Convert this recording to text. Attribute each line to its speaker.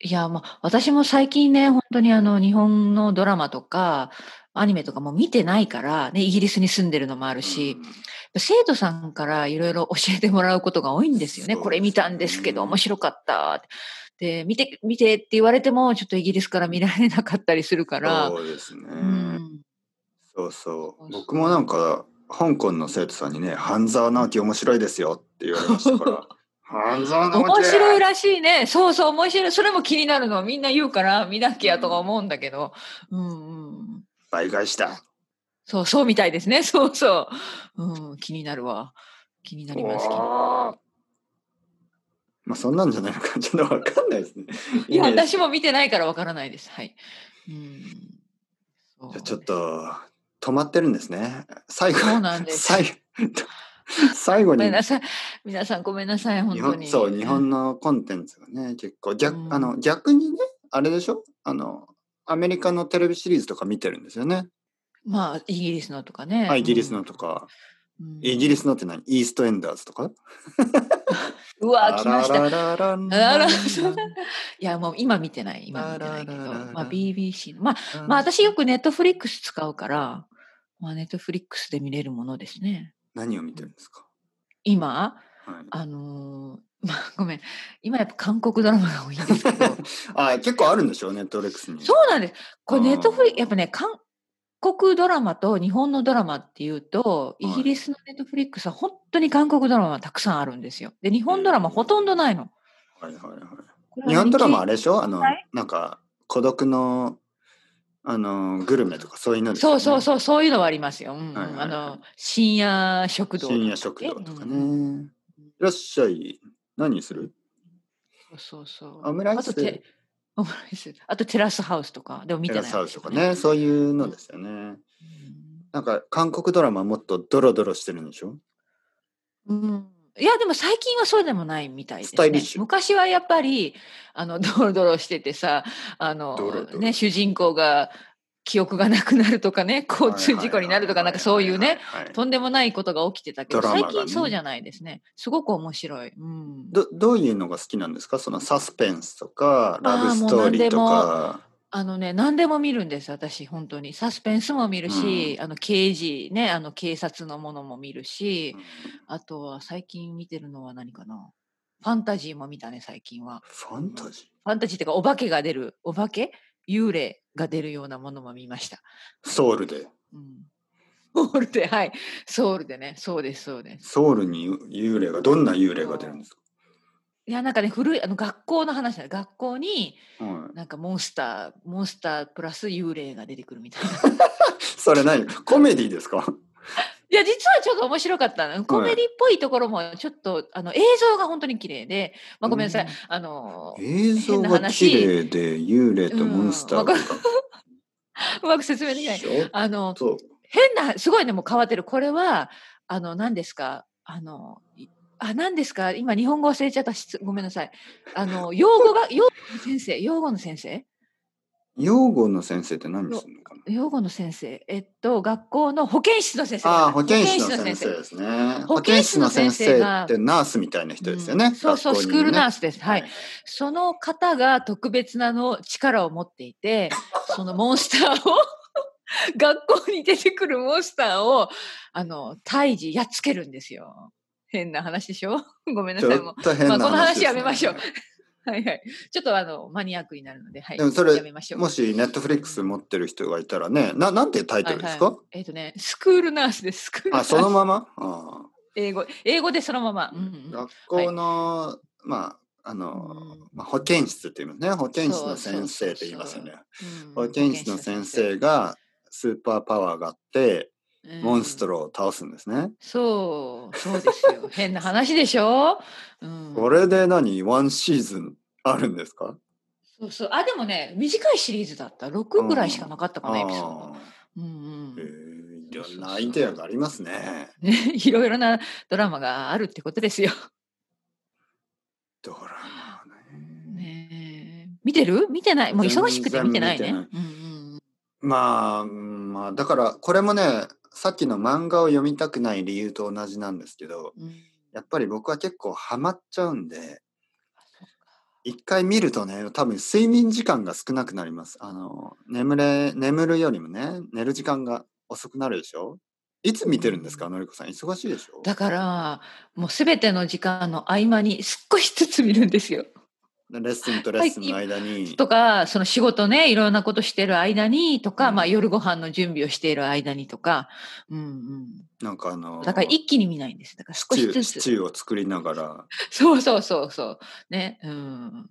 Speaker 1: や、ま、私も最近ね、ほんとにあの、日本のドラマとか、アニメとかも見てないから、ね、イギリスに住んでるのもある
Speaker 2: う
Speaker 1: し、
Speaker 2: ん。
Speaker 1: 生徒さんから色々教えてもらうことが多いんですよね。
Speaker 2: そ
Speaker 1: こ
Speaker 2: う
Speaker 1: れ
Speaker 2: で
Speaker 1: 見
Speaker 2: す
Speaker 1: たんですけど面
Speaker 2: ね。
Speaker 1: 白かったって。で、見て見てって言われても、ちょっとイギリスから見られなかったりするから、
Speaker 2: そうですね。
Speaker 1: うん。
Speaker 2: そうそ。
Speaker 1: そうう
Speaker 2: 僕もなんか、香港の生徒さんにね、半沢直樹面白いですよって言われましたから、 半沢直樹
Speaker 1: 面白いらしいね。そうそう、面白い。それも気になるの。みんな言うから、見なき
Speaker 2: う
Speaker 1: ゃとか
Speaker 2: ん。
Speaker 1: 思うんだけど。うんうん。
Speaker 2: 倍返しだ。
Speaker 1: そう、そうみたいですね。 そうそう。うん、気になるわ。気になります、気に
Speaker 2: おお。ま、そんなんじゃないのか、ちょっとわかんないですね。
Speaker 1: い
Speaker 2: イ
Speaker 1: や、
Speaker 2: メー
Speaker 1: 私
Speaker 2: ジ。
Speaker 1: も見てないからわからないです。はい。うん。
Speaker 2: じゃ、
Speaker 1: そ
Speaker 2: ち
Speaker 1: う
Speaker 2: ょっ
Speaker 1: です。
Speaker 2: と、止まってるんですね。最後
Speaker 1: そうなんです。
Speaker 2: 最最後
Speaker 1: ごめん
Speaker 2: に
Speaker 1: なさい。皆さんごめんなさい、ほ
Speaker 2: 日
Speaker 1: んと
Speaker 2: 本そう、
Speaker 1: に。
Speaker 2: 日
Speaker 1: うん。
Speaker 2: 本のコンテンツがね、結構、
Speaker 1: う
Speaker 2: 逆あ
Speaker 1: ん。
Speaker 2: の、逆にね、あれでしょ、あの、アメリカのテレビシリーズとか見てるんですよね。
Speaker 1: まあ、イギリスのとか
Speaker 2: あ、
Speaker 1: ね。
Speaker 2: イ
Speaker 1: う
Speaker 2: ギリスの
Speaker 1: ん。
Speaker 2: とか。
Speaker 1: う
Speaker 2: イギリ
Speaker 1: ん。
Speaker 2: スのって何イーストエンダーズとか
Speaker 1: うわ、
Speaker 2: あ
Speaker 1: 来ま
Speaker 2: ら
Speaker 1: した。
Speaker 2: ららら
Speaker 1: あ
Speaker 2: ん
Speaker 1: ら
Speaker 2: ら
Speaker 1: ら、
Speaker 2: ん
Speaker 1: そ
Speaker 2: ら
Speaker 1: んな。
Speaker 2: ん。
Speaker 1: いや、もう今見てない。今見
Speaker 2: ら
Speaker 1: てな
Speaker 2: ら
Speaker 1: いけ
Speaker 2: ら
Speaker 1: ど。
Speaker 2: ら
Speaker 1: まあ、
Speaker 2: ら。
Speaker 1: BBC の。まあ、
Speaker 2: ら
Speaker 1: まあ、
Speaker 2: ら
Speaker 1: 私よく Netflix 使うから、まあ、Netflix で見れるものですね。
Speaker 2: 何を見
Speaker 1: う
Speaker 2: てる
Speaker 1: ん。
Speaker 2: んですか
Speaker 1: 今、
Speaker 2: はい。
Speaker 1: あの、 ま、ごめん。今やっぱ韓国ドラマが多いんですけ ど。
Speaker 2: あ、結構あるんでしょ、Netflix に。
Speaker 1: そうなんです。これネットフリやっ
Speaker 2: あ
Speaker 1: ぱね、韓国ドラマと日本のドラマっていうと、
Speaker 2: あ。
Speaker 1: イギ
Speaker 2: はい。
Speaker 1: リスのネットフリックスはほんとに韓国ドラマはたくさんあるんですよ。で、日
Speaker 2: へ
Speaker 1: 本ドラマほとんど
Speaker 2: え。
Speaker 1: ないの。
Speaker 2: はいはいはい。
Speaker 1: これは
Speaker 2: 日本
Speaker 1: 日
Speaker 2: ドラマ
Speaker 1: 系
Speaker 2: あれでしょ、あ
Speaker 1: は
Speaker 2: の、
Speaker 1: い。
Speaker 2: なんか、孤独の、あの、グルメとかそういうのです
Speaker 1: そう
Speaker 2: よ
Speaker 1: そう
Speaker 2: ね。
Speaker 1: そう、そういうのはありますよ。うん
Speaker 2: はいは
Speaker 1: う
Speaker 2: い
Speaker 1: ん。あ
Speaker 2: はい。
Speaker 1: の、深夜食堂
Speaker 2: 深
Speaker 1: と
Speaker 2: 夜
Speaker 1: かっ
Speaker 2: 食
Speaker 1: て。
Speaker 2: 堂
Speaker 1: うん
Speaker 2: とか
Speaker 1: うん。
Speaker 2: ね。
Speaker 1: うん。
Speaker 2: いらっしゃい。何す
Speaker 1: うん。
Speaker 2: る
Speaker 1: そうそうそ
Speaker 2: オ
Speaker 1: う。
Speaker 2: ムライ
Speaker 1: あと
Speaker 2: ス。
Speaker 1: テオムライス。あとテラスハウスとか。でも見
Speaker 2: テ
Speaker 1: て
Speaker 2: ラ
Speaker 1: な
Speaker 2: ス
Speaker 1: い
Speaker 2: ハ
Speaker 1: ん
Speaker 2: ウ
Speaker 1: で
Speaker 2: ス
Speaker 1: す
Speaker 2: と
Speaker 1: よ
Speaker 2: か
Speaker 1: ね。
Speaker 2: ね、そういう
Speaker 1: う
Speaker 2: の
Speaker 1: ん。
Speaker 2: ですよね。
Speaker 1: うん。
Speaker 2: なんか、韓国ドラマもっとドロドロしてるんでしょ
Speaker 1: うん。いや、でも最近はそうでもないみたい
Speaker 2: ス
Speaker 1: で
Speaker 2: タ
Speaker 1: す
Speaker 2: イリッ
Speaker 1: ね。
Speaker 2: シュ。
Speaker 1: 昔はやっぱり、あの、 ドロドロしててさ、あ
Speaker 2: ドロ
Speaker 1: の、
Speaker 2: ド
Speaker 1: ね、
Speaker 2: ロ。
Speaker 1: 主人公が記憶がなくなるとかね、交
Speaker 2: はい
Speaker 1: 通
Speaker 2: は
Speaker 1: 事
Speaker 2: い
Speaker 1: 故にな
Speaker 2: はい
Speaker 1: るとか、なん
Speaker 2: は
Speaker 1: か
Speaker 2: い
Speaker 1: そういう
Speaker 2: はい
Speaker 1: ね、
Speaker 2: はいはい。
Speaker 1: とんでもないことが起きてたけ
Speaker 2: ド
Speaker 1: ど、
Speaker 2: ラ
Speaker 1: 最
Speaker 2: マが
Speaker 1: 近そうじ
Speaker 2: ね。
Speaker 1: ゃないですね。すごく面白い。うん。
Speaker 2: どどういうのが好きなんですかそのサスペンスとか、ラ
Speaker 1: あ
Speaker 2: ブ
Speaker 1: あ、
Speaker 2: ス
Speaker 1: もう
Speaker 2: トー
Speaker 1: 何
Speaker 2: リー
Speaker 1: で
Speaker 2: と
Speaker 1: も、
Speaker 2: か。
Speaker 1: あのね、何でも見るんです、私、ほんとに。サスペンスも見る
Speaker 2: う
Speaker 1: し、
Speaker 2: ん。
Speaker 1: あの、刑事、ね、あの、警察のものも見る
Speaker 2: う
Speaker 1: し、
Speaker 2: ん
Speaker 1: あとは最近見てるのは何かな。ファンタジーも見たね、最近は。
Speaker 2: ファ
Speaker 1: う
Speaker 2: ン
Speaker 1: ん。
Speaker 2: タジ
Speaker 1: ファンタジーってか、お化けが出る、お化け幽霊が出るようなものも見ました。
Speaker 2: ー。
Speaker 1: はい。
Speaker 2: ソウルで。
Speaker 1: うん。 ソウルで、はい。ソウルでね。そうです、そうです。
Speaker 2: ソウルに幽霊が、どんな幽霊が出るん
Speaker 1: そ
Speaker 2: です
Speaker 1: う。
Speaker 2: か
Speaker 1: いや、なんかね、古い、あの、学校の話だ。学校に、
Speaker 2: はい。
Speaker 1: なんかモンスター、モンスタープラス幽霊が出てくるみたいな。
Speaker 2: それ何コメディですか
Speaker 1: いや、実はちょっと面白かったの。コ
Speaker 2: は
Speaker 1: メ
Speaker 2: い。
Speaker 1: ディっぽいところも、ちょっと、あの、映像が本当に綺麗で、まあ、
Speaker 2: う
Speaker 1: ごめんなさい。
Speaker 2: ん。
Speaker 1: あの、
Speaker 2: 映
Speaker 1: 変
Speaker 2: 像
Speaker 1: な
Speaker 2: が
Speaker 1: 話、
Speaker 2: 綺麗で、幽霊
Speaker 1: う
Speaker 2: とモンス
Speaker 1: ん、
Speaker 2: タ
Speaker 1: わ
Speaker 2: ー
Speaker 1: かる。
Speaker 2: とか。
Speaker 1: うまく説明できない。
Speaker 2: ちょっ
Speaker 1: あの、
Speaker 2: と。
Speaker 1: 変な、すごいね、もう変わってる。これは、あの、何ですかあの、いあ、何ですか今、日本語忘れちゃった。しつごめんなさい。あの、用語 が、用語の先生、用語の先生
Speaker 2: 養護の先生って何す
Speaker 1: よ
Speaker 2: るのかな
Speaker 1: 用語の先生。えっと、学校の保健室の先生だ。
Speaker 2: ああ、
Speaker 1: はい
Speaker 2: 保
Speaker 1: 保健
Speaker 2: 健師
Speaker 1: 室
Speaker 2: の
Speaker 1: の
Speaker 2: 先
Speaker 1: 先
Speaker 2: 生
Speaker 1: 生。
Speaker 2: ですね。
Speaker 1: 保
Speaker 2: 保健
Speaker 1: 健
Speaker 2: 師
Speaker 1: 室
Speaker 2: の
Speaker 1: の先
Speaker 2: 先
Speaker 1: 生
Speaker 2: 生っ
Speaker 1: が、
Speaker 2: てナースみたいな
Speaker 1: う
Speaker 2: 人ですよ
Speaker 1: ん、
Speaker 2: ね。
Speaker 1: そう
Speaker 2: 学
Speaker 1: そう、
Speaker 2: 校
Speaker 1: ス
Speaker 2: にい
Speaker 1: クー
Speaker 2: る
Speaker 1: ルナ
Speaker 2: ね。
Speaker 1: ースです。は。
Speaker 2: はいい
Speaker 1: その方が特別なあの力を持ってい て、そのモンスターを 学校に出てくるモンスターを、あの、退治、やっつけるんですよ。変な話でしょ ごめんな
Speaker 2: ち
Speaker 1: さ
Speaker 2: ょ
Speaker 1: い。
Speaker 2: っ
Speaker 1: もう、
Speaker 2: と
Speaker 1: ま
Speaker 2: 変
Speaker 1: あ、
Speaker 2: な
Speaker 1: この
Speaker 2: 話
Speaker 1: 話
Speaker 2: で
Speaker 1: や
Speaker 2: す
Speaker 1: め
Speaker 2: ね。
Speaker 1: ましょう。はいはい。ちょっとあの、マニアックになるので、は
Speaker 2: で
Speaker 1: い。
Speaker 2: もそ
Speaker 1: や
Speaker 2: れ、
Speaker 1: めましょう。
Speaker 2: もし、ネットフリッ
Speaker 1: う
Speaker 2: クス
Speaker 1: ん
Speaker 2: 持ってる人がいたらね、な、なんてタイ
Speaker 1: は
Speaker 2: ト
Speaker 1: い
Speaker 2: ルで
Speaker 1: は
Speaker 2: す
Speaker 1: い。
Speaker 2: か
Speaker 1: えっ、とね、スクールナースです。スクー
Speaker 2: あ、
Speaker 1: ル
Speaker 2: そ
Speaker 1: ナー
Speaker 2: のま
Speaker 1: ス。
Speaker 2: まああ
Speaker 1: 英語、英語でそのまま。うんうん。
Speaker 2: 学
Speaker 1: は
Speaker 2: 校
Speaker 1: い。
Speaker 2: の、まあ、あ
Speaker 1: う
Speaker 2: の、
Speaker 1: ん
Speaker 2: まあ、保健室って言いますね。保健室
Speaker 1: そ
Speaker 2: の
Speaker 1: うそう
Speaker 2: 先
Speaker 1: そ
Speaker 2: 生
Speaker 1: う
Speaker 2: と言い
Speaker 1: そ
Speaker 2: ますよね。
Speaker 1: う。う
Speaker 2: 保
Speaker 1: ん、保
Speaker 2: 健
Speaker 1: 健
Speaker 2: 室
Speaker 1: 師
Speaker 2: の
Speaker 1: の先
Speaker 2: 先
Speaker 1: 生。
Speaker 2: 生がスーパーパワーがあって、
Speaker 1: う
Speaker 2: モンスト
Speaker 1: ん。
Speaker 2: ロを倒すんですね。
Speaker 1: そう、そうですよ。変な話でしょう
Speaker 2: これ
Speaker 1: ん。
Speaker 2: で何ワンシーズンあるんですか
Speaker 1: そうそう。あ、でもね、短いシリーズだった。
Speaker 2: う
Speaker 1: 6ぐらいし
Speaker 2: ん。
Speaker 1: かなかったかな、エピソードが。
Speaker 2: ああ。
Speaker 1: うんう
Speaker 2: え
Speaker 1: ん。
Speaker 2: ー、い
Speaker 1: そう
Speaker 2: ろん
Speaker 1: そう
Speaker 2: なアイデア
Speaker 1: そ
Speaker 2: がありますね。
Speaker 1: う。ね、 いろいろなドラマがあるってことですよ。
Speaker 2: ドラマね。
Speaker 1: ねえ。見てる見てない。もう忙し
Speaker 2: 全
Speaker 1: くて見て
Speaker 2: 然
Speaker 1: な
Speaker 2: 見
Speaker 1: い
Speaker 2: て
Speaker 1: ね。
Speaker 2: ない。
Speaker 1: うんうんうん。
Speaker 2: まあ、うんまあ、だから、これもね、さっきの漫画を読みたくない理由と同じなんですけど、
Speaker 1: うん。
Speaker 2: やっぱり僕は結構ハマっちゃうんで、
Speaker 1: あ、そっか。
Speaker 2: 一回見るとね、多分睡眠時間が少なくなります。あの、眠れ、眠るよりもね、寝る時間が遅くなるでしょいつ見てるんですか、のりこさん。忙しいでしょ
Speaker 1: だから、もうすべての時間の合間に少しずつ見るんですよ。
Speaker 2: レッスンとレッスンの間に。
Speaker 1: とか、その仕事ね、いろんなことしてる間にとか、
Speaker 2: うん
Speaker 1: まあ夜ご飯の準備をしている間にとか、うん
Speaker 2: なんかあの
Speaker 1: うん。だから一気に見ないんです。だから
Speaker 2: シ
Speaker 1: 少
Speaker 2: チ
Speaker 1: し
Speaker 2: ュー
Speaker 1: ず
Speaker 2: シ
Speaker 1: つ。
Speaker 2: チューを作りながら
Speaker 1: そうそうそうそう。ね。うん。